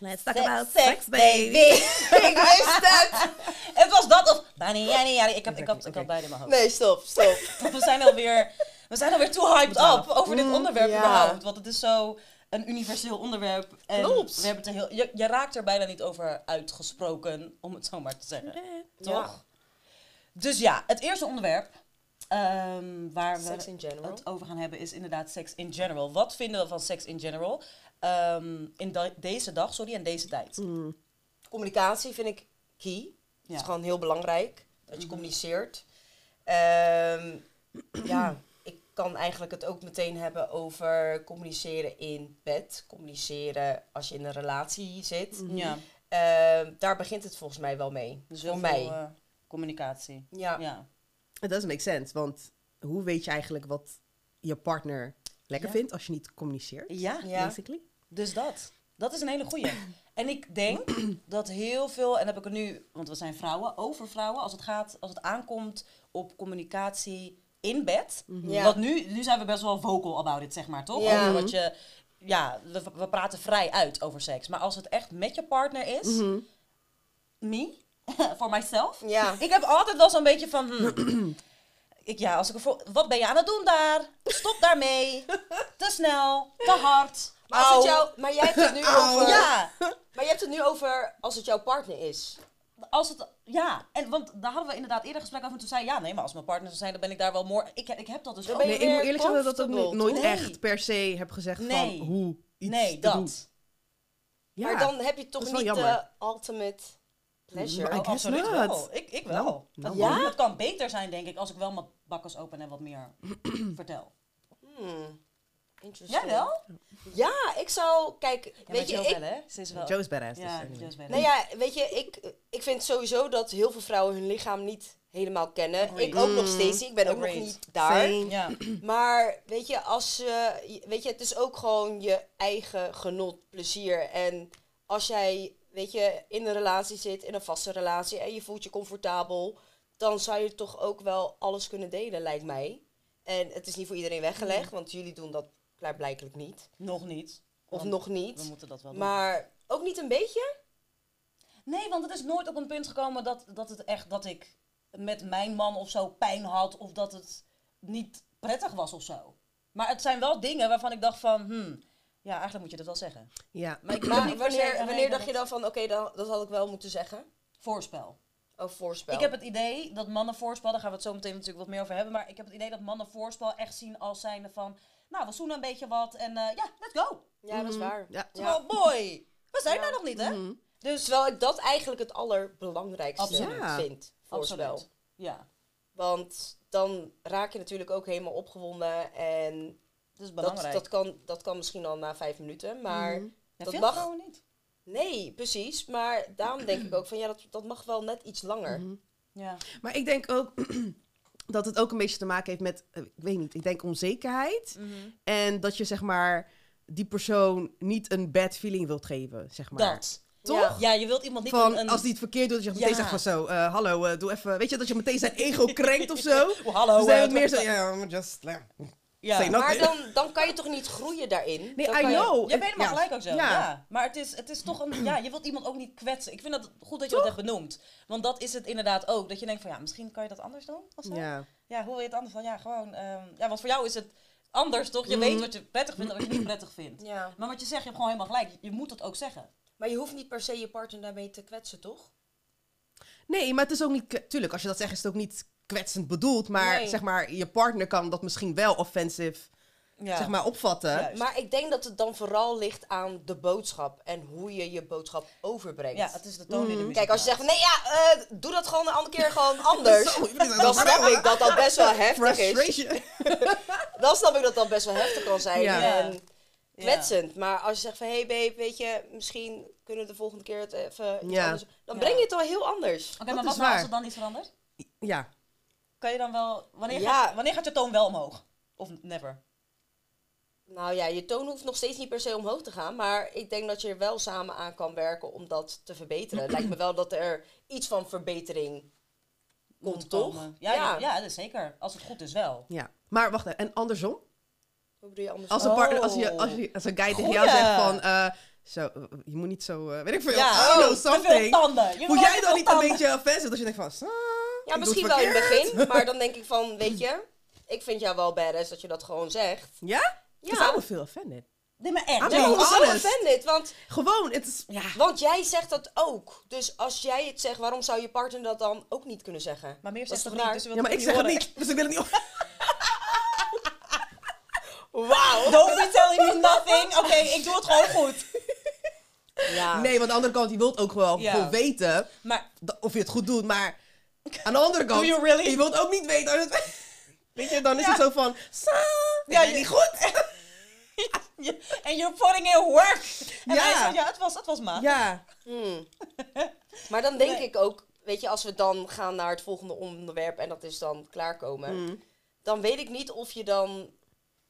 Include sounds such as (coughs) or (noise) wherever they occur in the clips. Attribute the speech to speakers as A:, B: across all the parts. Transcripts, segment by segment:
A: Let's talk about sex, baby.
B: baby.
A: (laughs)
B: ik wist het. Het was dat of... Dani, Jani, Jani. Ik had, ik had, ik had beide in mijn hoofd.
C: Nee, stop, stop.
B: We zijn alweer... We zijn alweer too hyped up over dit
C: Mm,
B: onderwerp
C: ja.
B: überhaupt. Want het is zo een universeel onderwerp. En
C: Klopt.
B: We hebben het er heel, je, je raakt er bijna niet over uitgesproken, om het zo maar te zeggen. Toch? Dus ja, het eerste onderwerp ehm, waar we
C: Sex in general.
B: het over gaan hebben is inderdaad seks in general. Wat vinden we van seks in general ehm, in da- deze dag, sorry, en deze tijd?
C: Communicatie vind ik key. Het
B: Ja.
C: is gewoon heel belangrijk dat je communiceert. Ehm, (clears throat) ja, ik kan eigenlijk het ook meteen hebben over communiceren in bed. Communiceren als je in een relatie zit.
B: Ja,
C: Ehm, daar begint het volgens mij wel mee.
B: Mhm. dus heel
C: voor
B: veel
C: mij.
B: eh, communicatie.
C: ja.
B: Ja.
A: It doesn't make sense, want hoe weet je eigenlijk wat je partner lekker
B: Ja.
A: vindt als je niet communiceert?
B: ja,
C: Ja.
A: Basically.
B: Dus dat. Dat is een hele
C: (coughs)
B: goeie. En ik denk dat heel veel, en heb ik er nu, want we zijn vrouwen, over vrouwen, als het gaat, als het aankomt op communicatie in bed.
C: Mhm. Ja.
B: Want nu, nu zijn we best wel vocal about it, zeg maar, toch?
C: Ja.
B: Over wat je, ja, we, we praten vrij uit over seks. Maar als het echt met je partner is, me, (laughs) voor myself.
C: Mhm. Ja.
B: Ik heb altijd wel zo'n beetje van, hmm, ik, ja, als ik ervoor, wat ben je aan het doen daar? Stop daarmee. Te snel, te hard.
C: Maar, als het
B: Auw.
C: jou, maar jij hebt het nu over.
B: Ja,
C: Maar je hebt het nu over als het jouw partner is.
B: als het, ja. En, want daar hadden we inderdaad eerder gesprek over. En toen zei ja, nee, maar als mijn partner zou zijn, dan ben ik daar wel more... Ik, ik heb dat dus
C: Dan
B: ook.
C: ben je
A: Nee, ik moet
C: weer
A: eerlijk zeggen dat ik ook
C: comfortable,
A: nooit
B: toch? Nee.
A: echt per se heb gezegd
B: Nee.
A: van hoe iets
B: Nee,
A: te doen.
B: dat.
A: Ja.
C: Maar dan heb je
A: dat
C: toch
A: is wel
C: niet de
A: jammer.
C: ultimate pleasure.
A: Maar I
B: Oh,
A: guess
B: absoluut
A: not.
B: wel. Ik, ik wel.
A: Nou,
B: Dat,
A: nou.
B: ja? dat kan beter zijn, denk ik, als ik wel mijn bakkers open en wat meer (clears throat) vertel.
C: Hmm. Interesting.
B: Jij wel?
C: Ja, ik zou... Kijk,
B: Ja,
C: weet je,
B: Joe
C: ik,
B: wel, hè? Ze is wel...
A: Joe is badass.
B: ja,
A: dus,
B: Joe is wel.
C: Nou ja, weet je, ik, ik vind sowieso dat heel veel vrouwen hun lichaam niet helemaal kennen.
B: Agreed.
C: Ik ook nog steeds, niet. ik ben ook nog
B: Agreed.
C: niet daar.
A: Same.
B: Ja.
C: Maar weet je, als je, je- weet je, het is ook gewoon je eigen genot, plezier. En als jij, weet je, in een relatie zit, in een vaste relatie en je voelt je comfortabel, dan zou je toch ook wel alles kunnen delen, lijkt mij. En het is niet voor iedereen weggelegd,
B: Mm.
C: want jullie doen dat klaarblijkelijk niet.
B: Nog niet.
C: Of
B: Want
C: nog
B: We
C: niet.
B: moeten dat wel doen.
C: Maar ook niet een beetje?
B: Nee, want het is nooit op een punt gekomen dat, dat het echt dat ik met mijn man of zo pijn had of dat het niet prettig was of zo. Maar het zijn wel dingen waarvan ik dacht van, hmm, ja, eigenlijk moet je dat wel zeggen.
A: ja.
B: Maar ik weet
C: Maar
B: niet per se een
C: wanneer, wanneer
B: reden
C: dacht je
B: dat-
C: dan van, oké, dan, dat had ik wel moeten zeggen?
B: Voorspel.
C: Of voorspel?
B: Ik heb het idee dat mannen voorspel, daar gaan we het zo meteen natuurlijk wat meer over hebben, maar ik heb het idee dat mannen voorspel echt zien als zijnde van, nou, we zoenen een beetje wat en eh, ja, let's go.
C: Ja, dat is waar.
A: Ja. Mm-hmm.
C: Ja.
B: Oh boy, we zijn
C: Ja.
B: daar nog niet, hè? Dus
C: Terwijl ik dat eigenlijk het allerbelangrijkste
B: Absoluut.
A: Ja.
C: vind. Voorspel.
B: Absoluut. Ja,
C: Want dan raak je natuurlijk ook helemaal opgewonden. En
B: dat is
C: dat,
B: belangrijk.
C: dat, kan, dat kan misschien al na vijf minuten. Maar
A: Mm-hmm.
B: Ja,
C: dat
B: veel
C: mag.
B: vrouwen niet.
C: nee, precies. Maar daarom denk ik ook van ja, dat, dat mag wel net iets langer.
B: Mhm. Ja.
A: Maar ik denk ook (clears throat) dat het ook een beetje te maken heeft met, eh, ik weet niet, ik denk onzekerheid.
B: Mhm.
A: En dat je zeg maar die persoon niet een bad feeling wilt geven, zeg maar.
B: Dat.
A: Toch?
C: Ja.
B: Ja, je wilt iemand niet
A: Van,
B: een- een...
A: als die het verkeerd doet, dat je
B: Ja.
A: meteen zegt van zo, eh, hallo, eh, doe even, weet je, dat je meteen zijn ego
B: (laughs)
A: krenkt of zo.
B: Oh, hallo.
A: Dus dan
B: eh,
A: het meer zo,
B: toch-
A: ja, maar just, eh.
B: ja.
A: say no.
C: Maar
A: Oké.
C: dan, dan kan je toch niet groeien daarin?
A: Nee,
C: Dan
A: I
C: kan je-
A: know.
B: ah, Je bent helemaal
A: Ja.
B: gelijk ook zo. Ja.
A: Ja.
B: Maar het is, het is toch een... Ja, je wilt iemand ook niet kwetsen. Ik vind dat goed dat je dat hebt benoemd. Want dat is het inderdaad ook. Dat je denkt van, ja, misschien kan je dat anders doen of zo. Ja,
A: Ja.
B: hoe wil je het anders dan? Ja, gewoon... ehm, ja, want voor jou is het anders, toch?
A: Mhm.
B: Je weet wat je prettig vindt en wat je niet prettig vindt.
C: Ja.
B: Maar wat je zegt, je hebt gewoon helemaal gelijk. Je moet dat ook zeggen.
C: Maar je hoeft niet per se je partner daarmee te kwetsen, toch?
A: Nee, maar het is ook niet, k- tuurlijk, als je dat zegt is het ook niet kwetsend bedoeld, maar
C: Nee.
A: zeg maar, je partner kan dat misschien wel offensive,
B: Ja.
A: zeg maar, opvatten. (laughs)
B: Ja.
C: Maar ik denk dat het dan vooral ligt aan de boodschap en hoe je je boodschap overbrengt.
B: Ja, het is de toon
A: Mhm.
B: in de muziek.
C: Kijk, als je zegt, van, nee ja, eh, doe dat gewoon een andere keer
A: (laughs)
C: gewoon anders.
A: Zo, jullie
B: (laughs)
A: zijn wel
C: Dan snap
A: snel, hè?
C: ik dat dat best wel heftig is.
A: Frustration. (laughs)
C: Dan snap ik dat dat best wel heftig kan zijn
A: Ja.
C: en kwetsend. Maar als je zegt van, hé hey babe, weet je, misschien kunnen we de volgende keer het even iets
A: Ja.
C: anders doen. Dan
B: Ja.
C: breng je het wel heel anders.
B: Oké,
A: Dat
B: maar
A: is
B: wat nou als
A: waar.
B: het dan iets verandert?
A: Ja.
B: Kan je dan wel... Wanneer,
C: Ja.
B: gaat, wanneer gaat je toon wel omhoog? Of never?
C: Nou ja, je toon hoeft nog steeds niet per se omhoog te gaan. Maar ik denk dat je er wel samen aan kan werken om dat te verbeteren. Het lijkt me wel dat er iets van verbetering komt,
B: Moet
C: toch?
B: komen. Ja, ja. ja, dat is zeker. Als het goed is wel.
A: Ja, maar wacht even. En andersom?
C: Hoe bedoel je anders?
A: Als een
B: Oh.
A: partner, als je, als je, als een guy tegen jou
B: Goeie.
A: zegt van, eh, Zo, eh, je moet niet zo, eh, weet ik veel,
C: Ja,
A: I don't know,
B: Oh, te veel
A: something.
B: tanden. Je
A: Moet
B: hebt
A: jij
B: te
A: dan
B: veel
A: niet een
B: tanden.
A: beetje offensive? Dat je denkt van, "Ah, ik doe
C: Ja,
A: het
C: misschien wel in
A: verkeerd."
C: het begin, maar dan denk ik van, weet je, ik vind jou wel badass dat je dat gewoon zegt.
A: Ja? Ja.
C: Ja.
A: Ik was veel offended.
B: Nee, maar echt.
A: Ah, maar
C: Nee,
B: nee.
C: ik
A: hoe
C: was zo
A: honest.
C: offended, want,
A: Gewoon, het is, ja.
C: want jij zegt dat ook. Dus als jij het zegt, waarom zou je partner dat dan ook niet kunnen zeggen?
B: Maar meer
C: Dat
B: zegt
C: is
B: toch
C: toch
B: niet,
C: raar?
B: dus we
A: Ja, maar ik zeg het niet, dus ik wil het niet op.
B: (laughs)
C: Wauw!
B: Don't be telling me nothing.
A: (laughs)
B: Oké, ik doe het gewoon goed.
C: Ja.
A: Nee, want aan de andere kant, je wilt ook wel
B: Ja.
A: gewoon weten
B: Maar
A: da- of je het goed doet, maar aan de andere kant,
B: Do you really?
A: je wilt ook niet weten als het... (laughs) Weet je, dan is
B: Ja.
A: het zo van, sa,
B: Ja,
A: ja,
B: je-
A: niet goed. (laughs)
B: je- en you're putting in work. En
A: Ja.
B: hij zegt, ja, het was, het was maat.
A: Ja. (laughs)
C: Hmm. Maar dan denk
B: Nee.
C: ik ook, weet je, als we dan gaan naar het volgende onderwerp en dat is dan klaarkomen,
A: Hmm.
C: dan weet ik niet of je dan,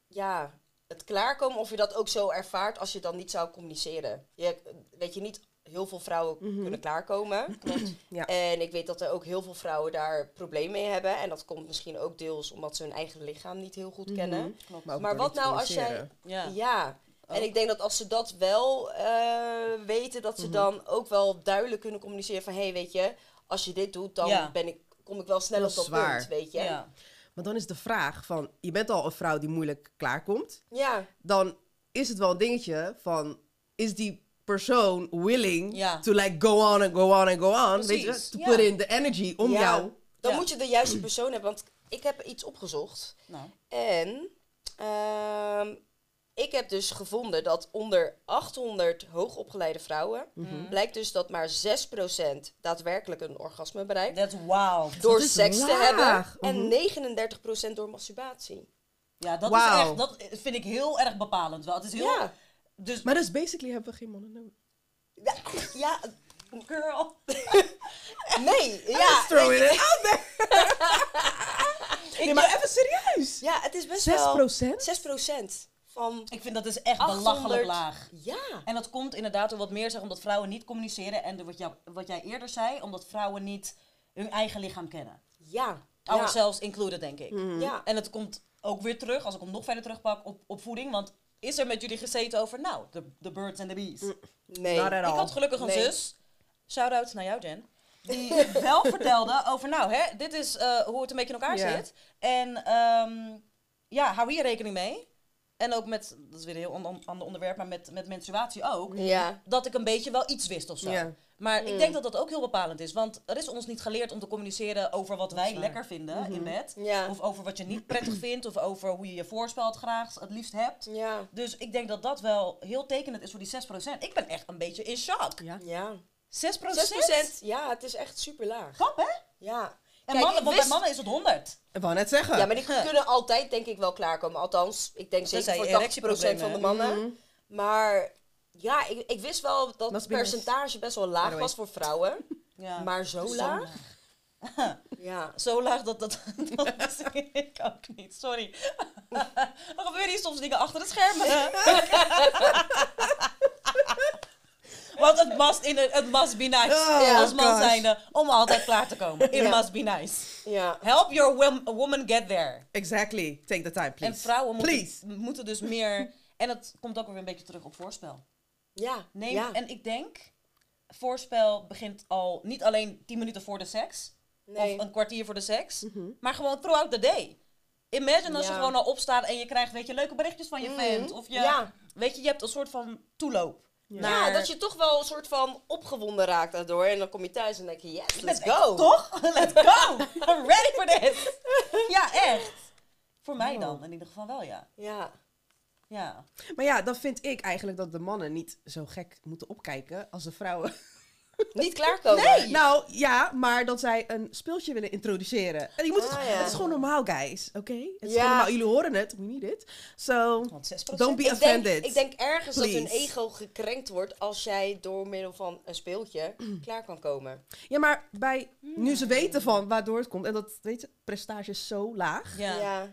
C: ja, het klaarkomen, of je dat ook zo ervaart als je dan niet zou communiceren. Je, weet je, niet heel veel vrouwen kunnen
A: (clears throat)
C: klaarkomen.
A: Mhm. Ja.
C: En ik weet dat er ook heel veel vrouwen daar problemen mee hebben. En dat komt misschien ook deels omdat ze hun eigen lichaam niet heel goed kennen.
B: Klopt.
A: Mhm. ook
C: Maar
A: door
C: wat
A: niet
C: nou als
A: communiceren.
C: jij-
B: Ja.
C: Ja. En
A: Oh.
C: ik denk dat als ze dat wel eh, weten, dat
A: Mhm.
C: ze dan ook wel duidelijk kunnen communiceren van... hé, hey, weet je, als je dit doet, dan
B: Ja.
C: ben ik, kom ik wel snel
A: Dat
C: op
A: is
C: dat
A: zwaar.
C: punt, weet je. Ja.
B: Ja.
A: Maar dan is de vraag van, je bent al een vrouw die moeilijk klaarkomt.
C: ja.
A: Dan is het wel een dingetje van, is die persoon willing
B: Ja.
A: to like go on and go on and go on? Weet
B: Precies,
A: je, to
B: ja.
A: put in the energy om jou.
C: Dan
B: Ja.
C: moet je de juiste persoon hebben, want ik heb iets opgezocht.
B: Nou.
C: En ehm, ik heb dus gevonden dat onder 800 hoogopgeleide vrouwen...
A: Mhm.
C: blijkt dus dat maar 6% daadwerkelijk een orgasme bereikt...
B: That's wow.
C: Door
A: Dat is
C: seks te hebben
A: laag. Mhm.
C: en 39% door masturbatie.
B: Ja, dat, is
A: Wauw.
B: echt, dat vind ik heel erg bepalend wel. Het is heel...
C: Ja.
B: Dus,
A: Maar dus basically hebben we geen mannen nodig.
C: Ja, ja,
B: girl.
C: (laughs) nee, ja,
A: Throw it out there.
B: (laughs)
A: Nee, maar even serieus.
C: ja, het is best
A: 6
C: wel 6% van
B: Ik vind dat is echt
C: 800.
B: belachelijk laag.
C: Ja,
B: En dat komt inderdaad door wat meer zeggen, omdat vrouwen niet communiceren. En door wat, jou, wat jij eerder zei, omdat vrouwen niet hun eigen lichaam kennen.
C: ja, ja, Mhm.
B: Ourselves included, denk ik.
C: ja.
B: En het komt ook weer terug, als ik hem nog verder terugpak, op, op voeding. Want is er met jullie gezeten over, nou, de, de birds and the bees?
C: Nee,
A: Not at all.
B: Ik had gelukkig een
C: Mm. Nee.
B: zus. Shout-out naar jou, Jen. Die
C: (laughs)
B: wel vertelde over, nou, hè, dit is eh, hoe het een beetje in elkaar
A: Ja.
B: zit. En ehm, ja, hou hier rekening mee. En ook met, dat is weer een heel on- on- ander onderwerp, maar met, met menstruatie ook.
C: ja,
B: Dat ik een beetje wel iets wist of zo.
A: Ja.
B: Maar ik denk dat dat ook heel bepalend is. Want er is ons niet geleerd om te communiceren over wat wij
A: waar.
B: lekker vinden
C: Mhm.
B: in bed.
C: ja,
B: Of over wat je niet prettig vindt. Of over hoe je je voorspel het graag het liefst hebt.
C: ja,
B: Dus ik denk dat dat wel heel tekenend is voor die 6%. Ik ben echt een beetje in shock. 6%?
A: Ja.
C: ja. 6%, ja, het is echt super laag.
B: Grap, hè? En
C: Ja.
B: mannen,
C: ik
B: want bij
C: wist-
B: mannen is het 100.
A: Ik wou net zeggen.
C: Ja, maar die kunnen altijd denk ik wel klaarkomen. Althans, ik denk
B: Tenzij
C: zeker
B: je
C: voor 80% van de
B: erectieproblemen
C: mannen.
A: Mm-hmm.
C: Maar ja, ik, ik wist wel dat het
A: Must be nice.
C: percentage best wel laag
A: By the way.
C: was voor vrouwen.
B: Ja.
C: Maar zo laag? Ja.
B: Zo laag dat dat, (laughs) dat wist ik ook niet. Sorry. (laughs) Er gebeuren hier soms dingen achter het scherm. (laughs) Want het must, in, het must be nice.
A: Oh,
B: Als man
A: gosh.
B: zijnde om altijd klaar te komen. It
C: Ja.
B: must be nice.
C: Ja.
B: Help your wom- woman get there.
A: Exactly. Take the time, please.
B: En vrouwen
A: Please.
B: moeten, moeten dus meer. En dat komt ook weer een beetje terug op voorspel.
C: Ja.
B: Neem,
C: ja.
B: En ik denk, voorspel begint al niet alleen 10 minuten voor de seks.
C: Nee. Mhm.
B: Of een kwartier voor de seks. Maar gewoon throughout the day. Imagine als je
C: Ja.
B: gewoon al opstaat en je krijgt weet je, leuke berichtjes van je
C: Mhm.
B: vent. Of je,
C: Ja.
B: weet je, je hebt een soort van toeloop.
A: Ja.
B: naar-
C: Ja, dat je toch wel een soort van opgewonden raakt daardoor. En dan kom je thuis en denk je, yes, let's
B: Let's-
C: go. (laughs)
B: Toch? Let's go! I'm ready for this! ja, echt. Voor
C: Oh.
B: mij dan, in ieder geval wel, ja.
C: Ja.
B: Ja,
A: Maar ja, dan vind ik eigenlijk dat de mannen niet zo gek moeten opkijken als de vrouwen.
C: Niet klaarkomen.
A: Nou ja, maar dat zij een speeltje willen introduceren. En je moet het,
C: Ah, ja.
A: het is gewoon normaal, guys. Oké? Het is
C: Ja.
A: gewoon normaal. Jullie horen het. We need it. So,
B: want 6%.
A: don't be
C: Ik denk,
A: offended.
C: ik denk ergens dat hun
A: Please.
C: ego gekrenkt wordt als jij door middel van een speeltje
B: (clears throat)
C: klaar kan komen.
A: Ja, maar bij, nu ze weten van waardoor het komt. En dat, weet je, prestatie is zo laag.
B: Ja.
C: ja.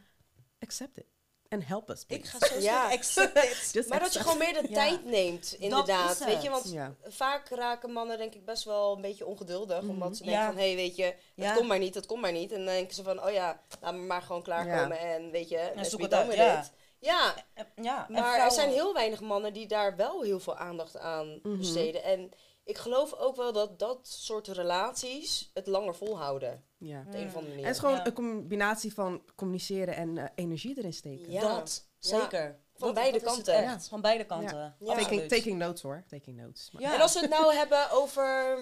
A: Accept it. And help us,
B: Ik
A: please.
B: ga zo
C: Ja.
B: (laughs) ja. accept
C: (laughs)
B: it.
A: Just
C: Maar dat je
A: accept.
C: gewoon meer de
B: Ja.
C: tijd neemt, inderdaad.
B: is het.
C: Weet je, want
A: Ja.
C: vaak raken mannen denk ik best wel een beetje ongeduldig. Omdat ze
B: Mhm. Ja.
C: denken van, hé, hey, weet je, dat
B: Ja.
C: komt maar niet, dat komt maar niet. En dan denken ze van, oh ja, laat me maar gewoon klaarkomen en weet je, let's
B: zoek
C: be
B: het uit,
C: done with
B: ja.
C: it. Ja,
B: Eh, Ja, en
C: maar er
B: vrouwen-
C: zijn heel weinig mannen die daar wel heel veel aandacht aan
A: Mhm.
C: besteden. En ik geloof ook wel dat dat soort relaties het langer volhouden.
A: Ja.
C: Op de
B: Mm.
C: een of andere
A: En het is
C: manier.
A: gewoon
B: Ja.
A: een combinatie van communiceren en eh, energie erin steken.
C: Ja.
B: Dat, zeker.
C: Van
B: Dat-
C: beide
B: dat is het
C: kanten.
B: echt, Van beide kanten.
C: Ja.
A: Taking,
B: Absoluut.
A: taking notes hoor, taking notes. Maar-
B: Ja.
C: En als we het nou hebben over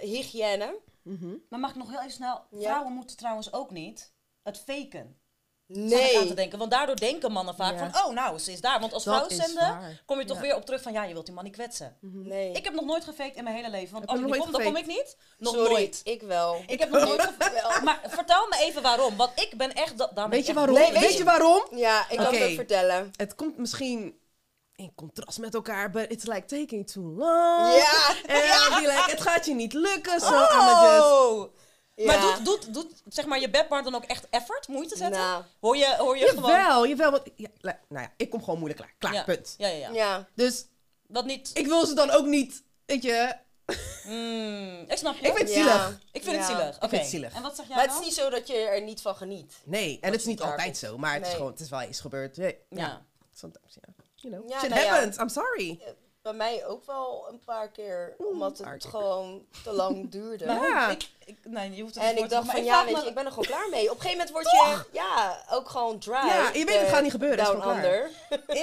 C: hygiëne.
A: Mhm.
B: Maar mag ik nog heel even snel...
C: Ja.
B: Vrouwen moeten trouwens ook niet het faken. Zat ik aan te
C: Nee.
B: denken. Want daardoor denken mannen vaak
A: Ja.
B: van... Oh, nou, ze is daar. Want als
A: Dat
B: vrouw
A: is
B: zenden, Ah,
A: waar.
B: kom je toch
A: Ja.
B: weer op terug van... Ja, je wilt die man niet kwetsen.
C: nee.
B: Ik heb nog nooit gefaked in mijn hele leven. Want
A: Heb
B: als
A: je
B: ik
A: nog
B: niet kom,
A: nooit
B: dan kom ik niet. Nog
C: Sorry,
B: nooit.
C: ik wel.
B: Ik heb nog
C: (laughs)
B: nooit gefaked. Maar vertel me even waarom. Want ik ben echt... da- daar ben
A: Weet je
B: ik
A: waarom?
C: Nee,
A: weet,
C: weet
A: je
C: je-
A: waarom?
C: Ja, ik kan
A: Oké.
C: het ook vertellen.
A: Het komt misschien in contrast met elkaar, but it's like taking too
B: Oh.
A: long.
C: Ja.
A: En die like, het gaat je niet lukken, zo dus." aan het just...
B: Oh! Maar
C: Ja.
B: doet, doet, doet zeg maar, je bedpart dan ook echt effort, moeite zetten?
C: Nou.
B: Hoor je, hoor je gewoon...
A: Jawel, jawel, want ja, la- nou ja, ik kom gewoon moeilijk klaar. Klaar,
B: Ja.
A: punt.
B: Ja, ja, ja.
C: Ja.
A: Dus
B: Dat niet...
A: ik wil ze dan ook niet, weet je...
B: Mm, ik snap je.
A: Ik vind het
C: Ja.
A: zielig.
B: Ik vind het
C: Ja.
B: zielig.
A: vind
B: Oké.
A: het zielig.
B: En wat zeg jij
C: Maar het
B: dan?
C: is niet zo dat je er niet van geniet.
A: Nee, en het is niet
C: daar
A: altijd
C: komt.
A: zo, maar het is
C: Nee.
A: gewoon, het is wel eens gebeurd. Ja,
B: Ja.
A: sometimes, ja. You know,
C: Ja,
A: shit
C: nou ja.
A: happens, I'm sorry.
C: Bij mij ook wel een paar keer, omdat
A: paar
C: het
A: keer.
C: gewoon te
A: (laughs)
C: lang duurde.
B: Maar
A: Ja.
B: hoe- ik, ik, nee, je hoeft het
C: En
B: niet
C: ik
B: voor te doen,
C: dacht van,
B: maar
C: ja,
B: ik vraag
C: weet je,
B: me-
C: ik ben er gewoon klaar mee. Op een gegeven moment word je, ja, ook gewoon dry.
A: Ja, je weet, het
C: Eh,
A: gaat niet gebeuren, het is
C: Down
A: gewoon klaar.
C: under.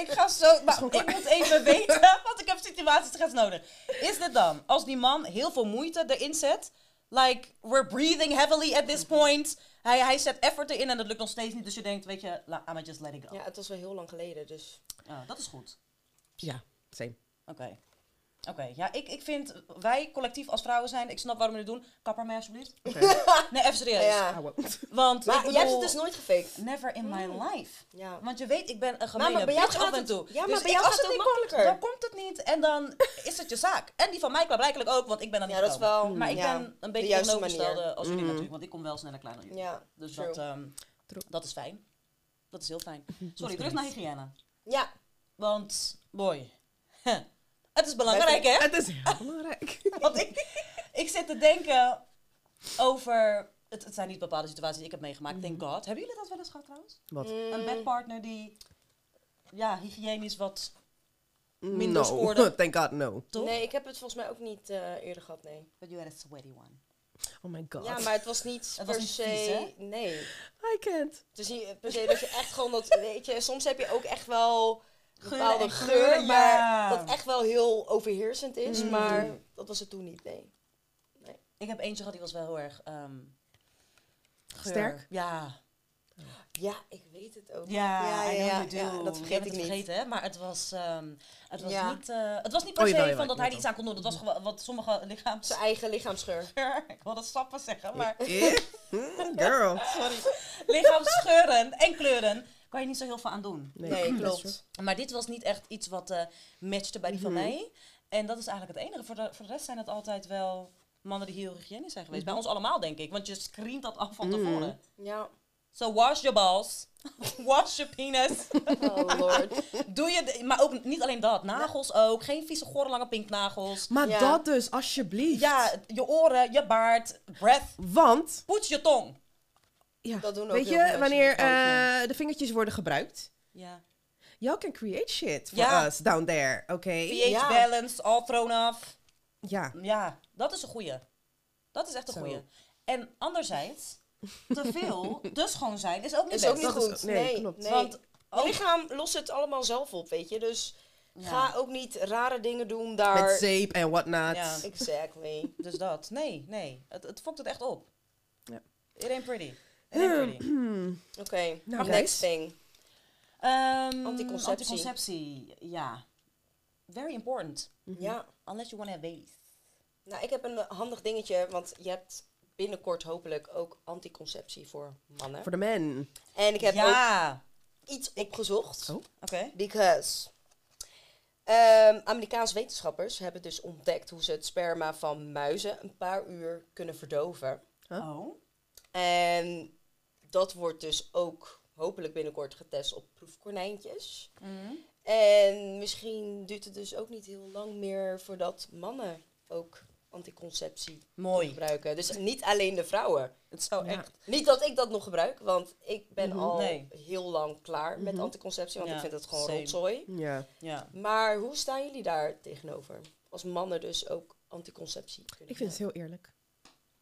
A: (laughs)
B: Ik ga (laughs) zo... Maar
A: gewoon
B: ik moet (laughs) even weten, want ik heb situaties te gaan nodig. Is dit dan, als die man heel veel moeite erin zet... Like, we're breathing heavily at this point. Hij, hij zet effort erin en dat lukt nog steeds niet. Dus je denkt, weet je, la, I'm just let it go.
C: Ja, het was wel heel lang geleden, dus...
B: Ah, dat is goed.
A: Ja, same.
B: Oké. Oké, ja, ik, ik vind wij collectief als vrouwen zijn, ik snap waarom we dit doen. Kapper mij alsjeblieft. (laughs) Nee, even serieus.
C: Ja.
A: Ouwe.
B: Want
C: Maar
B: ik bedoel,
C: jij hebt het dus nooit gefaked.
B: never in my life.
C: Hmm. Ja.
B: Want je weet, ik ben een
C: maar
B: gemene
C: bij jou
B: bitch af
C: gaat
B: en
C: het-
B: toe.
C: ja, maar
B: dus
C: bij
B: ik-
C: jou
B: als
C: gaat
B: het
C: het
B: niet
C: ook
B: komt,
C: makkelijker.
B: dan komt het niet. En dan is het je zaak. En die van mij blijkbaar ook, want ik ben dan niet
C: Ja, dat is
B: gekomen.
C: wel,
B: Maar ik
C: ja,
B: ben een
C: de
B: beetje
C: juiste
B: tegenovergestelde
C: manier.
B: als jullie natuurlijk. Want ik kom wel sneller klaar dan jullie.
C: Ja,
B: dus
C: true.
B: dat, ehm,
A: True.
B: dat is fijn. (laughs) Dat is heel fijn. Sorry, terug naar hygiëne.
C: Ja,
B: Want, (laughs) boy, het is belangrijk hè?
A: Het is heel belangrijk.
C: (laughs)
B: Want ik, (laughs) ik zit te denken over. Het, het zijn niet bepaalde situaties die ik heb meegemaakt.
C: Mhm.
B: Thank God. Hebben jullie dat wel eens gehad trouwens?
A: Wat?
C: Mm.
B: Een bedpartner die. Ja, hygiënisch wat.
A: no.
B: minder
A: (laughs)
B: scoorde.
A: Thank God, no.
B: Toch?
C: nee, ik heb het volgens mij ook niet eh, eerder gehad, nee.
B: But you had a sweaty one.
A: Oh my God.
C: Ja, maar het was niet
B: Het was
C: per
B: niet
C: se...
B: vies, hè?
C: nee.
A: I can't.
C: Het is niet per se dat je echt gewoon dat... Weet je, soms heb je ook echt wel een
B: Geuren
C: bepaalde
B: en
C: geur,
B: kleuren,
C: maar
B: ja.
C: dat e- echt wel heel overheersend is. Maar dat was het toen niet, nee.
B: Ik heb eentje gehad die was wel heel erg. ehm, geur.
A: Sterk?
B: Ja.
C: Ja, ik weet het ook.
B: Ja,
C: ja,
B: I know
C: ja,
B: you do.
C: ja, dat
B: Je
C: vergeet
B: hebt
C: ik
B: het
C: niet.
B: vergeten, hè? Maar het was, ehm, het was,
C: Ja.
B: niet, eh, het was niet per
A: Oh,
B: se
A: jawel, jawel,
B: van
A: ik weet
B: dat hij
A: het
B: iets aan kon doen. Het was gewoon wat sommige lichaams...
C: Zijn eigen lichaamsgeur.
B: (laughs) Ik wilde sappen zeggen, maar...
A: Eh? Mm,
C: (laughs)
A: Girl.
B: lichaamsgeuren en kleuren kan je niet zo heel veel aan doen.
C: Nee,
A: dat is
C: klopt.
B: Maar dit was niet echt iets wat eh, matchte bij die van mij. En dat is eigenlijk het enige. Voor de, voor de rest zijn het altijd wel mannen die heel hygiënisch zijn geweest. Bij ons allemaal, denk ik. Want je screent dat af van tevoren.
C: Ja.
B: So wash your balls. (laughs) wash your penis.
C: (laughs) Oh lord.
B: Doe je... de- maar ook niet alleen dat. Nagels ook. Geen vieze, gore, lange pinknagels.
A: Maar
C: Ja.
A: dat dus, alsjeblieft.
B: Ja, je oren, je baard, breath.
A: Want,
B: Poets je tong.
A: ja,
C: Dat doen ook
A: weet
C: heel
A: je,
C: veel
A: wanneer
C: mensen niet Oh,
A: eh, de vingertjes worden gebruikt,
B: Ja.
A: y'all can create shit for
B: Ja.
A: us down there, oké?
B: pH
C: Ja.
B: balance, all thrown off.
A: Ja.
B: Ja, dat is een goeie. Dat is echt een
A: Zo.
B: goeie. En anderzijds, te
C: (laughs)
B: veel, dus gewoon zijn, is ook niet
C: Is
B: best.
C: ook niet
A: Dat is-
C: goed.
A: nee,
C: nee, nee,
A: klopt.
B: Want
C: Je lichaam lost het allemaal zelf op, weet je. Dus ga ook niet rare dingen doen daar.
A: Met zeep en whatnot.
B: Ja.
C: Exactly.
B: dus dat. Nee, nee. Het, het fokt het echt op.
A: Ja.
B: It ain't pretty. It ain't pretty.
C: Hmm. Oké,
A: Nou,
C: next
A: guys.
C: thing.
B: Ehm,
C: Anticonceptie.
B: Anticonceptie, ja. Very important.
C: Ja,
B: Unless you want to have babies.
C: nou ik heb een handig dingetje, want je hebt binnenkort hopelijk ook anticonceptie voor mannen.
A: Voor de men.
C: En ik heb ook
B: ja.
C: iets opgezocht.
A: Oh.
B: Oké.
C: Because ehm Amerikaanse wetenschappers hebben dus ontdekt hoe ze het sperma van muizen een paar uur kunnen verdoven.
A: Huh?
B: Oh.
C: En dat wordt dus ook hopelijk binnenkort getest op proefkonijntjes. En misschien duurt het dus ook niet heel lang meer voordat mannen ook anticonceptie
B: Mooi.
C: gebruiken. Dus niet alleen de vrouwen.
B: Het zou
A: Ja.
B: echt...
C: Niet dat ik dat nog gebruik, want ik ben
A: Mhm.
C: al
B: Nee.
C: heel lang klaar met
A: Mhm.
C: anticonceptie, want
B: Ja,
C: ik vind het gewoon
B: same.
C: rotzooi.
A: Ja.
B: Ja.
C: Maar hoe staan jullie daar tegenover? Als mannen dus ook anticonceptie kunnen
A: Ik vind het heel eerlijk.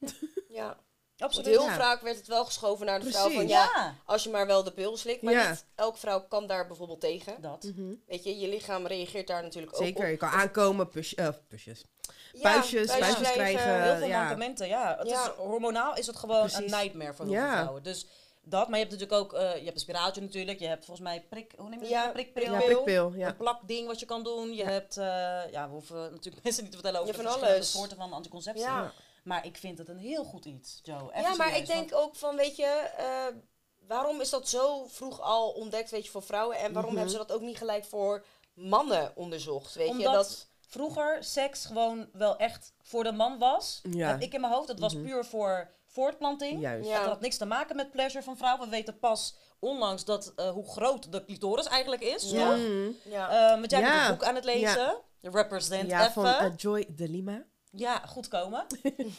C: gebruiken. Ja, want
B: Absoluut.
C: heel
A: ja.
C: vaak werd het wel geschoven naar de vrouw van
A: Precies.
C: ja,
B: Ja.
C: als je maar wel de pil slikt. Maar
A: Ja.
C: niet elke vrouw kan daar bijvoorbeeld tegen.
B: Dat.
C: Weet je, je lichaam reageert daar natuurlijk ook
A: Zeker,
C: op.
A: je kan aankomen, push, eh, pushes.
C: Ja,
A: Puistjes, puistjes krijgen.
B: Heel veel
A: ja.
B: mankementen, ja. Het
C: Eh, Ja.
B: Is, hormonaal is het gewoon een
A: Precies.
B: nightmare voor heel
A: Ja.
B: veel vrouwen. Dus dat, maar je hebt natuurlijk ook... eh, je hebt een spiraaltje natuurlijk. Je hebt volgens mij prik... Hoe neem je dat?
C: Ja,
B: Prikpil.
A: Ja, prikpil.
B: Een
A: Ja.
B: plakding wat je kan doen. Je
A: Ja.
B: hebt... eh, ja, we hoeven natuurlijk (laughs) mensen niet te vertellen over
C: Ja,
B: de
C: van
B: verschillende
C: alles.
B: soorten van anticonceptie.
C: Ja.
B: Maar ik vind het een heel goed iets, Joe. Even
C: Ja, maar
B: serieus,
C: ik denk ook van, weet je, eh, waarom is dat zo vroeg al ontdekt, weet je, voor vrouwen? En waarom
A: Mhm.
C: hebben ze dat ook niet gelijk voor mannen onderzocht, weet
B: Omdat
C: je? Dat,
B: vroeger seks gewoon wel echt voor de man was.
A: Ja.
B: Heb ik in mijn hoofd, dat was
A: Mhm.
B: puur voor voortplanting.
A: Juist.
C: Ja.
B: Dat had niks te maken met pleasure van vrouwen. We weten pas onlangs dat, eh, hoe groot de clitoris eigenlijk is.
C: Ja.
B: toch?
A: Mhm.
C: ja.
B: Eh, want jij bent
A: Ja.
B: een boek aan het lezen. De Represent
A: Ja,
B: even.
A: van eh, Joy de Lima.
B: Ja, goed komen.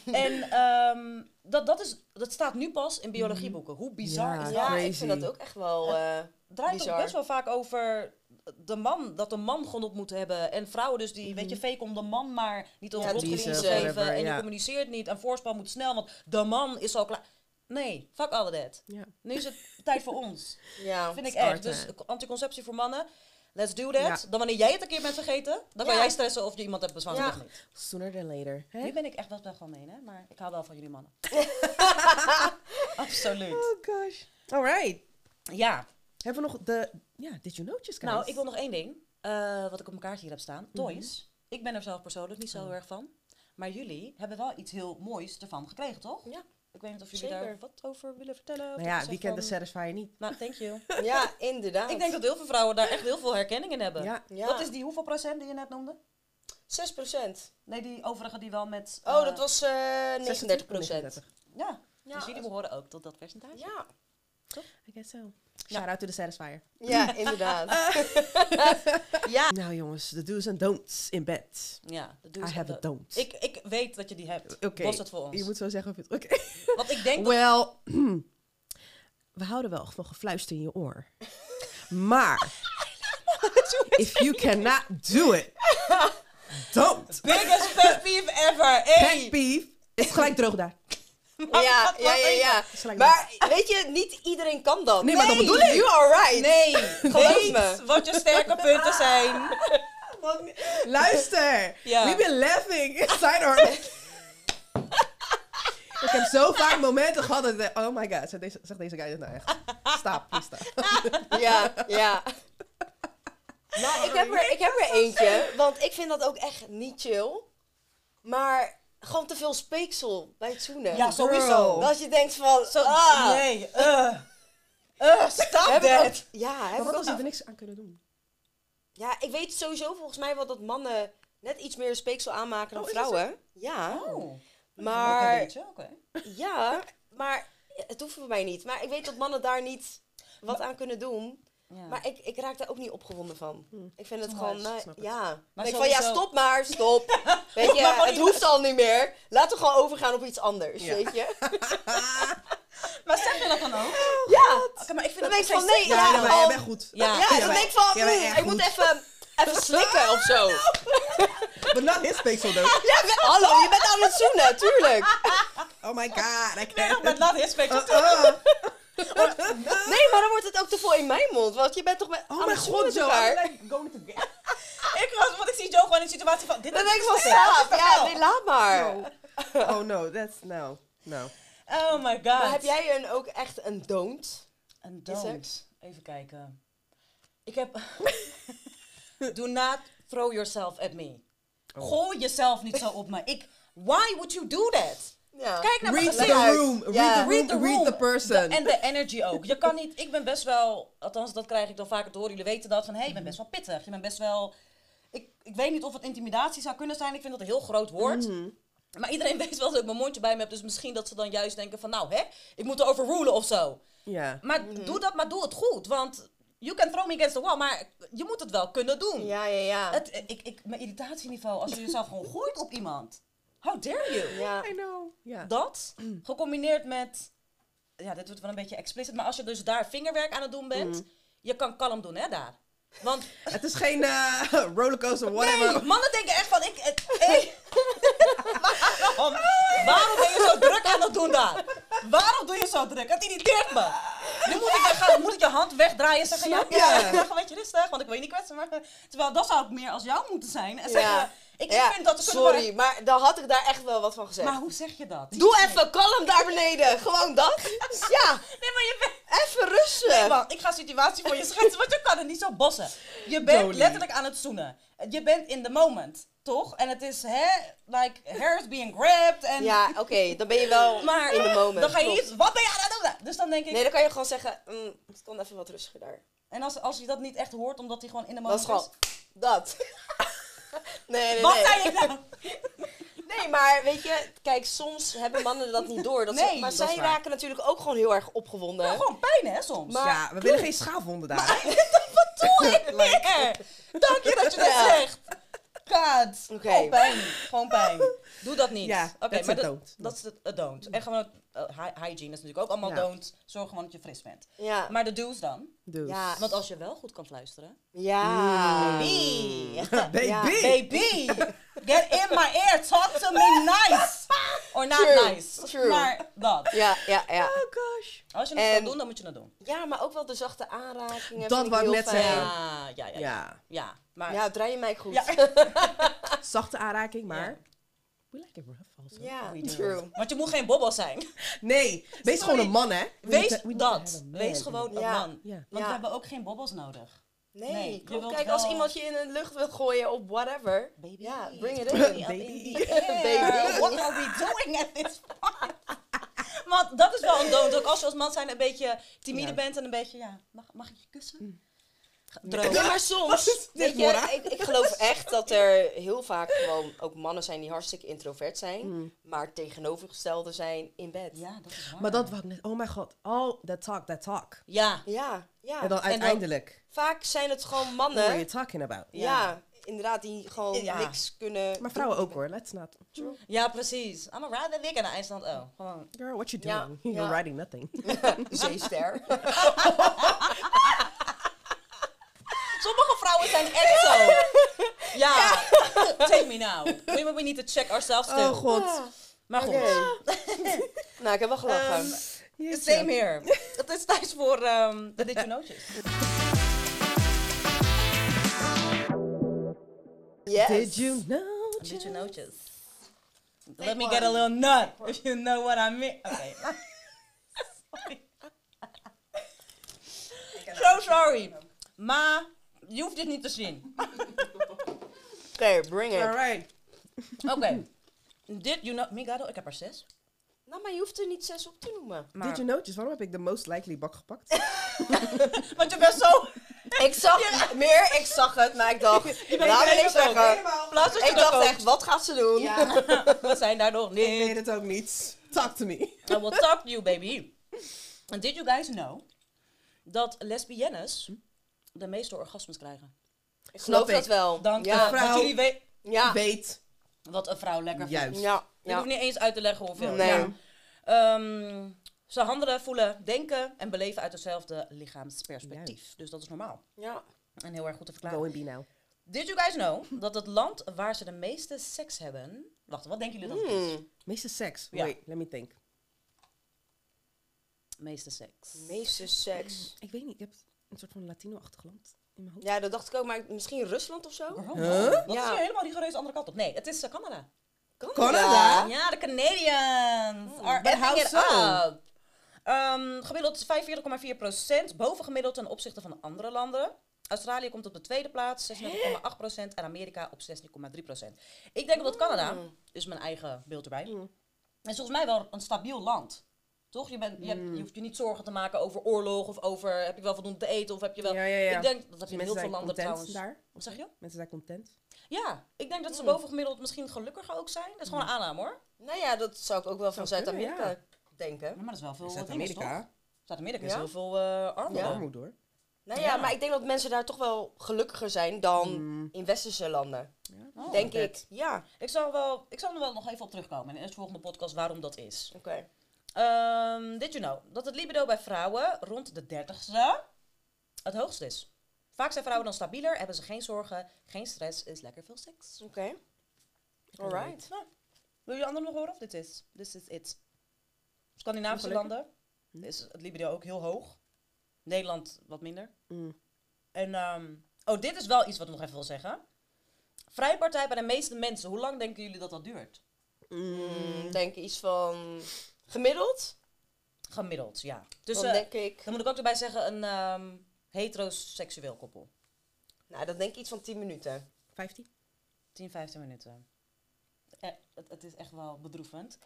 B: en ehm, dat, dat, is, dat staat nu pas in biologieboeken. Hoe bizar
A: Ja.
B: is dat?
C: ja, ik
A: crazy.
C: vind dat ook echt wel... eh,
B: Het draait ook
C: Bizar.
B: best wel vaak over de man, dat de man genot moet hebben. En vrouwen dus die, weet je, fake om de man maar niet om
C: Ja,
B: rotgeling
C: die is,
B: te
C: eh,
B: geven.
A: whatever,
B: En je
A: ja.
B: communiceert niet en voorspel moet snel, want de man is al klaar. Nee, fuck all of that.
A: Ja.
B: Nu is het tijd voor ons.
C: ja.
B: Vind ik
A: Start,
B: echt. Dus
A: hè.
B: anticonceptie voor mannen. Let's do that.
A: Ja.
B: Dan wanneer jij het een keer bent vergeten, dan kan
C: Ja.
B: jij stressen of je iemand hebt bezwaard
C: Ja.
B: of niet.
A: Sooner than later. Hè?
B: Nu ben ik echt wel best wel mee, hè? maar ik hou wel van jullie (laughs) mannen. Absoluut.
A: Oh gosh. Alright.
B: Ja,
A: Hebben we nog de, ja, did you notice, guys?
B: Nou, ik wil nog één ding. eh, wat ik op mijn kaartje hier heb staan. Toys. Ik ben er zelf persoonlijk niet zo heel erg van. Maar jullie hebben wel iets heel moois ervan gekregen, toch?
C: Ja.
B: Ik weet niet of jullie
C: Zeker.
B: daar wat over willen vertellen. of
A: Nou
B: dat
A: ja,
B: je
A: wie
B: zegt
A: kent de
B: van-
A: Satisfyer niet?
B: Nou, thank you.
C: ja, inderdaad.
B: ik denk dat heel veel vrouwen daar echt heel veel herkenning in hebben.
A: Ja.
C: Ja,
B: Wat is die hoeveel procent die je net noemde?
C: 6 procent.
B: Nee, die overige die wel met...
C: Oh,
B: eh,
C: dat was eh 39 procent.
A: 39.
B: Ja,
C: Ja,
B: dus jullie behoren ook tot dat percentage.
C: ja.
A: I guess so. Shout out to the Satisfyer.
C: ja, inderdaad.
A: Nou jongens, de do's en don'ts in bed.
B: Ja, dat
A: I
B: doe ik.
A: have a don't.
B: Ik, ik weet dat je die hebt.
A: Oké.
B: Was dat voor ons?
A: Je moet zo zeggen of je het... Oké.
B: Want ik denk dat...
A: Wel, (clears throat) we houden wel van gefluister in je oor. (laughs) Maar, if you cannot do it, don't.
B: Biggest pet peeve ever! Hey!
A: Pet peeve is gelijk droog daar.
C: ja, ja, ja, ja.
A: Is gelijk droog.
C: Maar weet je, niet iedereen kan dat.
A: Nee, maar dat bedoel ik.
C: You are right.
B: Nee,
C: Geloof
B: weet
C: me.
B: wat je sterke punten zijn.
A: Luister,
B: Ja.
A: we've been laughing inside our... Ik heb zo vaak momenten gehad dat ik dacht, oh my god, zegt deze, zegt deze guy dit nou echt? Stop, please stop.
C: Ja, ja. Nou, ik heb, er, ik heb er eentje, want ik vind dat ook echt niet chill. Maar gewoon te veel speeksel bij het zoenen.
B: Ja, sowieso.
C: Dat je denkt van,
B: Zo,
C: ah,
B: nee, eh. Eh, stop
C: heb ik
B: that.
C: ook- ja, heb
A: Maar
C: ik
A: wat
C: ook-
A: als die er niks aan kunnen doen?
C: ja, ik weet sowieso volgens mij wel dat mannen net iets meer speeksel aanmaken dan
A: Oh, is dat
C: vrouwen. Ja,
B: Oh,
C: maar,
B: Oké, oké.
C: ja, maar het hoeft voor mij niet. Maar ik weet dat mannen daar niet wat aan kunnen doen.
B: Ja.
C: Maar ik, ik raak daar ook niet opgevonden van. Ik vind het
B: Snap
C: gewoon,
B: het,
C: nou,
A: snap het.
C: ja.
B: Maar
C: Maar ik van, ja,
B: sowieso-
C: stop maar, stop. weet je,
B: Maar gewoon
C: het
B: niet-
C: hoeft al niet meer. Laten we gewoon overgaan op iets anders,
A: Ja.
C: weet je.
B: Maar zeg je dat dan ook?
C: Ja,
B: Oké, maar ik vind
C: dan
B: dat
C: denk ik van,
B: steeds-
C: nee, ja,
A: Ja, maar jij
C: gewoon-
A: bent goed.
B: Ja.
C: ja,
A: Ja,
C: dan
A: maar-
C: denk ik van,
A: ja, maar
C: mm,
A: echt
C: ik moet
A: goed.
C: even, even slikken of zo.
A: But not his pixel though.
C: Ja, we- hallo, je bent aan het zoenen, tuurlijk.
A: Oh my god, I
B: Nee,
A: can't.
B: nog met laat his beetje.
A: Uh-uh.
C: Nee, maar dan wordt het ook te veel in mijn mond, want je bent toch met,
A: Oh
C: aan
A: mijn
C: het zoenen
A: god,
C: met
A: Joe.
C: elkaar.
A: I'm like going to get-
B: Ik was, want ik zie Joe gewoon in de situatie van... Dit
C: Dan
B: is
C: denk ik van,
B: slecht.
C: slaap, ja,
B: verhaal.
C: nee, laat maar.
A: Oh no, that's no. No.
B: Oh my god.
C: Maar heb jij een, ook echt een don't?
B: Een
C: Is er?
B: don't. Even kijken. Ik heb... (laughs) Do not throw yourself at me.
A: Oh.
B: Gooi jezelf niet zo op me. Ik... Why would you do that?
C: Ja.
B: Kijk naar
A: Read
B: mijn
A: the
B: gezicht.
A: room. Read
C: Ja.
A: the room. Read the, person.
B: En de energy ook. Je kan niet... Ik ben best wel... Althans, dat krijg ik dan vaker te horen. Jullie weten dat. Van, hé, hey, je bent best wel pittig. Je bent best wel... Ik, ik weet niet of het intimidatie zou kunnen zijn. Ik vind dat een heel groot woord.
A: Mhm.
B: Maar iedereen (laughs) weet wel dat ik mijn mondje bij me heb. Dus misschien dat ze dan juist denken van... Nou, hè? Ik moet er overrulen of zo.
A: ja.
B: Maar doe dat, maar doe het goed. Want you can throw me against the wall, maar je moet het wel kunnen doen.
C: Ja, ja, ja.
B: Het, ik, ik, mijn irritatieniveau, als je jezelf gewoon gooit op iemand. How dare you?
C: Ja.
A: I know. Ja.
B: Dat,
C: Mm.
B: gecombineerd met... Ja, dit wordt wel een beetje explicit, maar als je dus daar vingerwerk aan het doen bent...
C: Mm.
B: Je kan kalm doen, hè, daar. Want
A: Het is geen eh, rollercoaster, whatever.
B: nee, mannen denken echt van... Ik, het,
C: (laughs)
B: hey. waarom, waarom ben je zo druk aan het doen daar? Waarom doe je zo druk? Het irriteert me. Nu moet ik, weer gaan, moet ik je hand wegdraaien en zeggen... Ja,
A: Snap
B: ja,
A: je?
B: ja, een beetje rustig, want ik wil je niet kwetsen. Maar, terwijl dat zou ik meer als jou moeten zijn. En zeggen,
C: Ja.
B: ik
C: Ja,
B: vind dat... we kunnen
C: Sorry, maar dan had ik daar echt wel wat van gezegd.
B: Maar hoe zeg je dat?
C: Doe even kalm daar beneden.
B: (laughs)
C: Gewoon dat. Ja,
B: Nee, maar je bent...
C: even rusten.
B: Nee, man, ik ga een situatie voor je schetsen, want je kan het niet zo bossen. Je bent
A: Jolie.
B: letterlijk aan het zoenen. Je bent in the moment, toch? En het is, hè, like, hair is being grabbed. En...
C: Ja, oké, dan ben je wel
B: maar
C: in de moment.
B: dan ga je
C: klopt.
B: iets, wat ben je aan het doen? Dus dan denk ik,
C: Nee, dan kan je gewoon zeggen, mm, het kan even wat rustiger daar.
B: en als, als je dat niet echt hoort, omdat hij gewoon in de
C: Dat
B: moment
C: is gewoon
B: (laughs)
C: dat. Nee, nee,
B: Wat
C: nee.
B: zei ik nou? (laughs)
C: Nee, maar weet je, kijk, soms hebben mannen dat niet door. Dat ze-
B: Nee,
C: maar
B: dat
A: is
C: zij
A: waar.
C: raken natuurlijk ook gewoon heel erg opgewonden.
B: Nou, gewoon pijn, hè, soms.
C: Maar-
A: ja, we willen geen schaafhonden daar.
B: Wat doe
C: (laughs)
B: ik weer? Dank je dat je dat
C: Ja.
B: zegt. God.
C: Oké.
B: Gewoon pijn. Gewoon pijn. Doe dat niet.
A: Ja,
B: Oké,
A: that's
B: maar
A: a
B: dat,
A: don't.
B: dat is het het don't. En gewoon eh, hy- hygiene is natuurlijk ook allemaal
A: Ja.
B: don't. Zorg gewoon dat je fris bent.
C: ja.
B: Maar de do's dan?
A: Dus.
C: Ja.
B: Want als je wel goed kan fluisteren.
C: ja.
B: Mm. Baby.
A: (laughs) Baby!
C: Ja,
B: (laughs) Baby, get in my ear, talk to me nice. Or not
C: True,
B: nice.
C: true.
B: Maar dat.
C: Ja, ja, ja.
A: Oh gosh.
B: Als je het
C: En-
B: wil doen, dan moet je het doen.
C: Ja, maar ook wel de zachte aanrakingen.
A: Dat
C: vind
A: wou ik
C: heel
A: net
C: fijn.
A: zeggen.
B: Ja, ja, ja. Ja,
A: Ja,
B: ja maar...
C: Ja, draai je mij goed.
B: Ja.
A: zachte aanraking, maar...
B: Ja.
A: We like it rough also.
C: Ja,
B: We do.
C: true.
B: Want je moet geen bobbel zijn.
A: Nee, wees gewoon een man, hè? We
B: Wees
A: moeten- we moeten
B: dat.
A: have a man.
B: Wees gewoon een
C: Ja.
B: man.
A: Ja.
B: Want
C: Ja.
B: we hebben ook geen bobbels nodig.
C: Nee,
B: Nee, je
C: klopt.
B: wilt
C: Kijk, als
B: wel-
C: iemand je in de lucht wil gooien of
B: (laughs)
C: whatever.
B: Baby.
C: Ja, bring it in.
A: (laughs) Baby.
B: Yeah, What are we doing at this (laughs) point? Want dat is wel een dood. Ook als je als man zijn een beetje timide
A: Ja.
B: bent en een beetje, ja, mag, mag ik je kussen? Ga-
C: (laughs) Nee,
B: Droog.
C: maar
B: (laughs)
C: soms, weet
A: dit,
C: je,
A: Mora?
C: ik, ik geloof echt dat er heel vaak gewoon ook mannen zijn die hartstikke introvert zijn, maar tegenovergestelde zijn in bed. Hmm. Ja,
B: Ja, dat is waar.
A: Maar dat wou ik net... Oh mijn god. Oh, that talk, that talk.
B: Ja.
C: ja.
A: En dan uiteindelijk...
C: Vaak zijn het gewoon
A: What are you
C: mannen,
A: talking about?
C: ja. inderdaad, die gewoon
B: Ja.
C: niks kunnen.
A: Maar
C: (laughs)
A: vrouwen ook hoor, let's not.
B: ja, precies. I'm a rather dick en dan eindstand oh. Gewoon.
A: Girl, what you
C: Ja,
A: doing? (laughs)
C: ja.
A: You're writing nothing.
C: (laughs) Zeester.
B: Sommige vrouwen zijn echt zo. Ja. (laughs) Take me now. We, we need to check ourselves too.
A: Oh god.
B: Maar goed.
C: Oké. nou, ik heb wel gelachen.
A: Jeetje.
B: Same here. Het is tijd voor ehm, de Did You Knowtjes.
C: yes.
A: Did you know?
B: Did You
A: Jack?
B: Knowtjes. Let me
C: one.
B: get a little nut, if you know what I mean. Okay. (laughs) sorry. so sorry. Maar je hoeft dit niet te zien.
C: Oké, bring it.
A: Alright.
B: Oké. Did You Know... Migado, ik heb er zes.
C: Nou, maar je hoeft er niet zes op te noemen.
B: Maar-
A: Did you know? just Waarom heb ik de most likely bak gepakt?
B: Want je bent zo...
C: Ik zag meer, ik zag het, maar ik dacht, laat me
B: bent
C: niks
B: ook
C: zeggen.
B: Plaats dat je
C: Ik
B: dat
C: dacht
B: ook-
C: echt, wat gaat ze doen? (laughs)
B: We zijn daar nog
A: Ik weet
B: niet.
A: het ook niet. Talk to me.
B: I will talk to you, baby. And did you guys know... dat lesbiennes de meeste orgasmes krijgen?
C: Ik geloof
A: Snap ik.
C: dat wel.
B: Dank je.
C: ja.
A: vrouw.
B: Want jullie weten...
C: Ja.
A: Weet.
B: Wat een vrouw lekker vindt.
A: Juist.
C: Ja.
B: Ik hoef
C: ja.
B: niet eens uit te leggen hoeveel.
C: Nee.
B: Ja. Ehm, ze handelen, voelen, denken en beleven uit hetzelfde lichaamsperspectief. Dus dat is normaal.
C: ja.
B: En heel erg goed te verklaren.
A: Go and be now.
B: Did you guys know dat het land waar ze de meeste seks hebben... Wacht, wat denken jullie dat het is?
C: Mm.
A: Meeste seks.
B: Ja.
A: Wait, let me think.
B: Meeste seks.
C: Meeste seks.
A: Ik weet niet, ik heb een soort van Latino-achtergrond in mijn hoofd.
C: Ja, dat dacht ik ook, maar misschien Rusland of zo?
B: Waarom?
A: Huh?
B: Oh, Dat
C: Ja.
B: is hier helemaal rigoureus de andere kant op. Nee, het is eh, Canada.
A: Canada?
C: Ja.
B: Ja, de Canadians are
A: but how
B: effing it
A: so?
B: up. Ehm, gemiddeld is 45,4 procent, bovengemiddeld ten opzichte van andere landen. Australië komt op de tweede plaats, 36,8 procent. En Amerika op 16,3 procent. Ik denk dat Canada,
A: Hmm.
C: Hmm.
B: is mijn eigen beeld erbij, is volgens mij wel een stabiel land. Toch? Je, bent,
A: Hmm.
B: je, hebt- je hoeft je niet zorgen te maken over oorlog of over heb je wel voldoende te eten of heb je wel...
A: Ja, ja, ja.
B: Ik denk, dat heb je in
A: Mensen
B: heel veel
A: zijn
B: landen
A: content
B: trouwens.
A: daar. Hmm.
B: Wat zeg je?
A: Mensen zijn content.
B: Ja, ik denk dat ze bovengemiddeld misschien gelukkiger ook zijn. Dat is
A: Hmm.
B: gewoon een aanname hoor.
C: Nou ja, dat zou ik ook wel van
A: Zou kunnen,
C: Zuid-Amerika
A: ja.
C: denken.
B: Ja, maar dat is wel veel. eh, wat
A: Zuid-Amerika.
B: Zuid-Amerika is
C: Ja?
B: heel veel eh armoede.
A: Ja.
C: Ja.
A: Armoed hoor.
C: Nou ja,
B: Ja.
C: maar ik denk dat mensen daar toch wel gelukkiger zijn dan
A: Mm.
C: in westerse landen.
B: Oh,
C: denk
B: oké.
C: ik. Ja,
B: Ik zal, wel, ik zal er wel nog even op terugkomen in de volgende podcast waarom dat is.
C: oké.
B: Ehm did you know dat het libido bij vrouwen rond de 30ste het hoogst is? Vaak zijn vrouwen dan stabieler, hebben ze geen zorgen, geen stress, is lekker veel seks.
C: Oké. Alright.
B: Nou, wil je de andere nog horen of dit is? This is it. Scandinavische
A: Gelukkig.
B: landen is het libido ook heel hoog. Nederland wat minder.
A: Mm.
B: En, ehm, oh, dit is wel iets wat ik nog even wil zeggen. Vrijpartij bij de meeste mensen, hoe lang denken jullie dat dat duurt?
C: Mm, Denk iets van gemiddeld.
B: Gemiddeld, ja.
C: Dus
B: Dus
C: dan denk ik,
B: dan moet ik ook erbij zeggen, een ehm, heteroseksueel koppel.
C: nou, dan denk ik iets van 10 minuten.
A: 15?
B: 10, 15 minuten. Eh, het, het is echt wel bedroevend.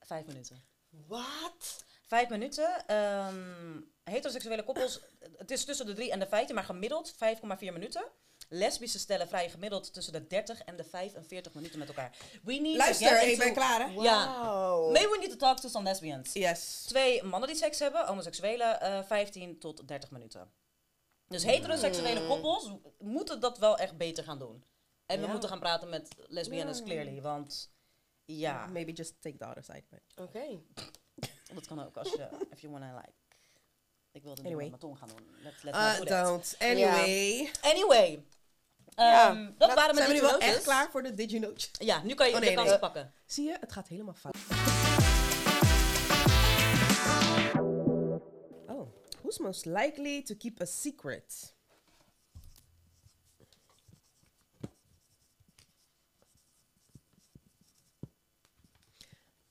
B: Vijf minuten.
C: Wat?
B: Vijf minuten. ehm, heteroseksuele koppels, het is tussen de 3 en de 15, maar gemiddeld 5,4 minuten. Lesbische stellen vrij gemiddeld tussen de 30 en de 45 minuten met elkaar. We need to get
A: Luister, ik
B: into-
A: ben klaar, hè?
B: Ja.
C: Wauw.
B: Maybe we need to talk to some lesbians.
A: Yes.
B: Twee mannen die seks hebben, homoseksuelen, eh 15 tot 30 minuten. Dus heteroseksuele koppels moeten dat wel echt beter gaan doen. En we
C: Ja.
B: moeten gaan praten met lesbiennes,
A: Ja.
B: clearly. Want ja,
A: Maybe just take the other side. but-
C: Oké.
B: dat kan ook als
A: (laughs)
B: je, if you wanna like... Ik wilde het
A: Anyway.
B: niet met mijn tong gaan doen. Let's, let's
A: Uh,
B: not do that.
A: don't. Anyway.
B: Anyway.
C: Ja,
B: Ehm, dat waren mijn
A: Zijn we nu wel
B: drie
A: echt
B: notes.
A: klaar voor de Did You Know?
B: Ja, nu kan je
A: Oh,
B: de
A: nee,
B: kans
A: nee.
B: pakken.
A: Zie je, het gaat helemaal fout. Oh, who's most likely to keep a secret?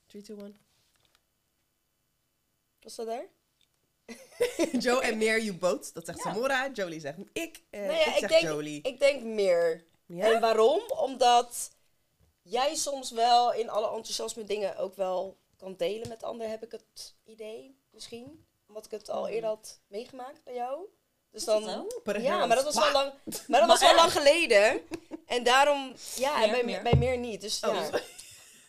A: Three, two, one.
C: Was dat daar?
A: (laughs) Joe en Meer, you both. Dat zegt
B: Ja.
A: Samora. Jolie zegt ik. En
C: Nou ja,
A: Eh, ik
C: ik,
A: zeg
C: denk,
A: Jolie.
C: ik denk meer.
A: Ja?
C: En waarom? Omdat jij soms wel in alle enthousiasme dingen ook wel kan delen met anderen, heb ik het idee misschien. Omdat ik het
A: Hmm.
C: al eerder had meegemaakt bij jou. Dus dan.
A: Put a hand
C: Ja, maar dat was
A: on
C: wel lang, maar dat was wel lang geleden. En daarom, ja, en
B: Meer,
C: bij,
B: meer.
C: bij meer niet. Dus,
A: Oh,
C: ja.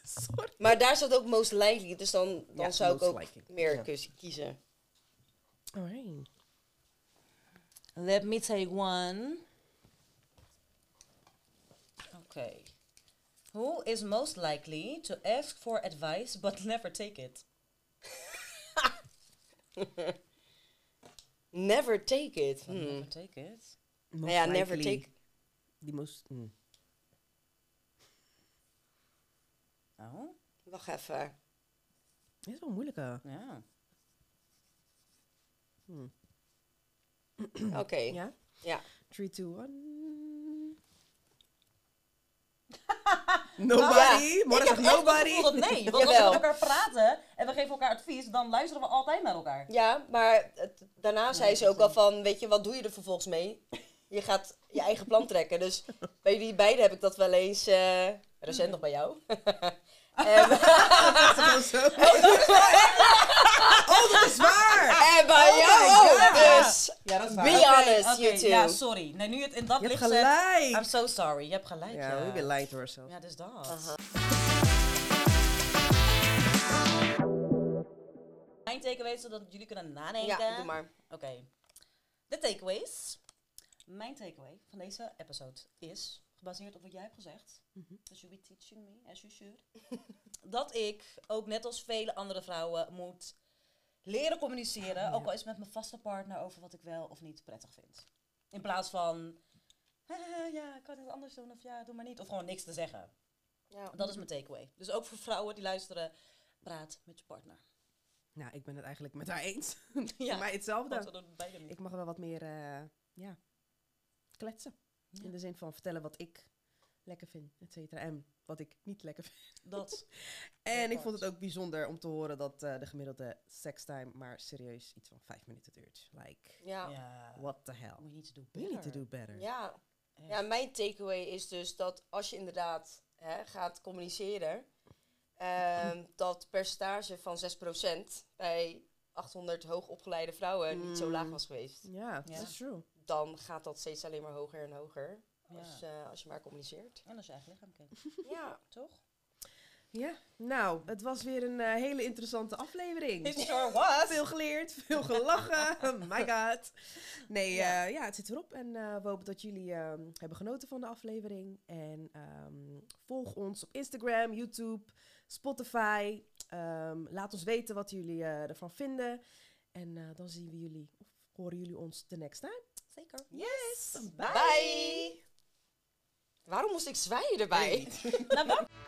A: Sorry.
C: Maar daar staat ook most likely, dus dan, dan
A: Ja,
C: zou ik
A: most
C: ook
A: likely.
C: meer
A: Ja.
C: kus- kiezen.
A: Alright.
B: Let me take one. Okay. Who is most likely to ask for advice but (laughs) never take it?
C: Never take it. Hmm.
B: Never take it.
A: Most
C: Nou ja, never
A: likely
C: take.
A: The most... mm.
B: Oh,
C: Wacht (clears throat) even.
A: Dit is wel een moeilijke.
B: ja.
C: Oké.
A: Ja?
C: Ja.
A: 3, 2, 1.
C: Ja,
A: (laughs) Nobody. Mora zegt (laughs)
B: Ik
A: nobody.
B: dat nee, want als we
C: Jawel.
B: met elkaar praten en we geven elkaar advies, dan luisteren we altijd naar elkaar.
C: Ja, maar het- daarna zei ze ook wel van, weet je, wat doe je er vervolgens mee? Je gaat je eigen plan trekken. (laughs) Dus bij jullie beiden heb ik dat wel eens, eh, recent nog bij (laughs) jou. en,
A: Dat is gewoon (laughs) zo. Oh, dat is waar.
C: en Ah, bij
A: Oh
C: jou
A: my
C: ook.
A: God.
C: Dus
A: Ja, dat is
C: be
A: Je
C: honest,
B: Oké,
C: you two.
B: ja, sorry. Nee, nu het in dat
A: hebt
B: licht zet, I'm
A: gelijk.
B: so sorry. Je hebt gelijk, ja.
A: Ja, we be lied to ourselves.
B: Ja, dus dat.
C: Aha.
B: Mijn takeaways, zodat jullie kunnen nadenken.
C: ja, doe maar.
B: Oké. De takeaways. Mijn takeaway van deze episode is, gebaseerd op wat jij hebt gezegd,
C: Mhm.
B: dus you be teaching me as you should, (laughs) dat ik, ook net als vele andere vrouwen, moet leren communiceren,
C: Ah,
B: ook al is het met mijn vaste partner, over wat ik wel of niet prettig vind. In plaats van, "Haha, ja, ik kan het anders doen, of ja, doe maar niet, of gewoon niks te zeggen.
C: Ja.
B: Dat is mijn takeaway. Dus ook voor vrouwen die luisteren, praat met je partner.
A: Nou, ik ben het eigenlijk met haar eens. (laughs)
B: Ja.
A: Voor mij
B: Want
A: hetzelfde.
B: we doen het beide niet.
A: Ik mag wel wat meer, eh, ja, kletsen.
B: Ja.
A: In de zin van vertellen wat ik lekker vind, et cetera. En wat ik niet lekker vind.
B: Dat.
A: En ik
B: Akkoord.
A: vond het ook bijzonder om te horen dat eh, de gemiddelde sekstime maar serieus iets van vijf minuten duurt. Like,
C: Ja.
B: Ja.
A: what the hell?
B: We need to do
A: We
B: better.
A: need to do better.
C: Ja.
B: Echt.
C: ja, mijn takeaway is dus dat als je inderdaad hè, gaat communiceren,
B: (laughs)
C: ehm, dat percentage van 6% bij 800 hoogopgeleide vrouwen niet zo laag
A: Mm.
C: was geweest.
A: Ja,
B: Ja.
A: that's true.
C: Dan gaat dat steeds alleen maar hoger en hoger Dus,
B: Ja.
C: als, eh, als je maar communiceert.
B: En als je eigen lichaam kent,
C: ja.
B: toch?
A: Ja, nou, het was weer een eh, hele interessante aflevering.
B: It sure was.
A: Veel geleerd, veel gelachen. My god. Nee, ja,
B: Ja.
A: ja het zit erop. En eh, we hopen dat jullie ehm, hebben genoten van de aflevering. En ehm, volg ons op Instagram, YouTube, Spotify. Ehm, laat ons weten wat jullie eh, ervan vinden. En eh, dan zien we jullie, of horen jullie ons de next time.
B: Zeker.
A: Yes.
C: Bye. Waarom moest ik zwaaien erbij?
B: Nou, welke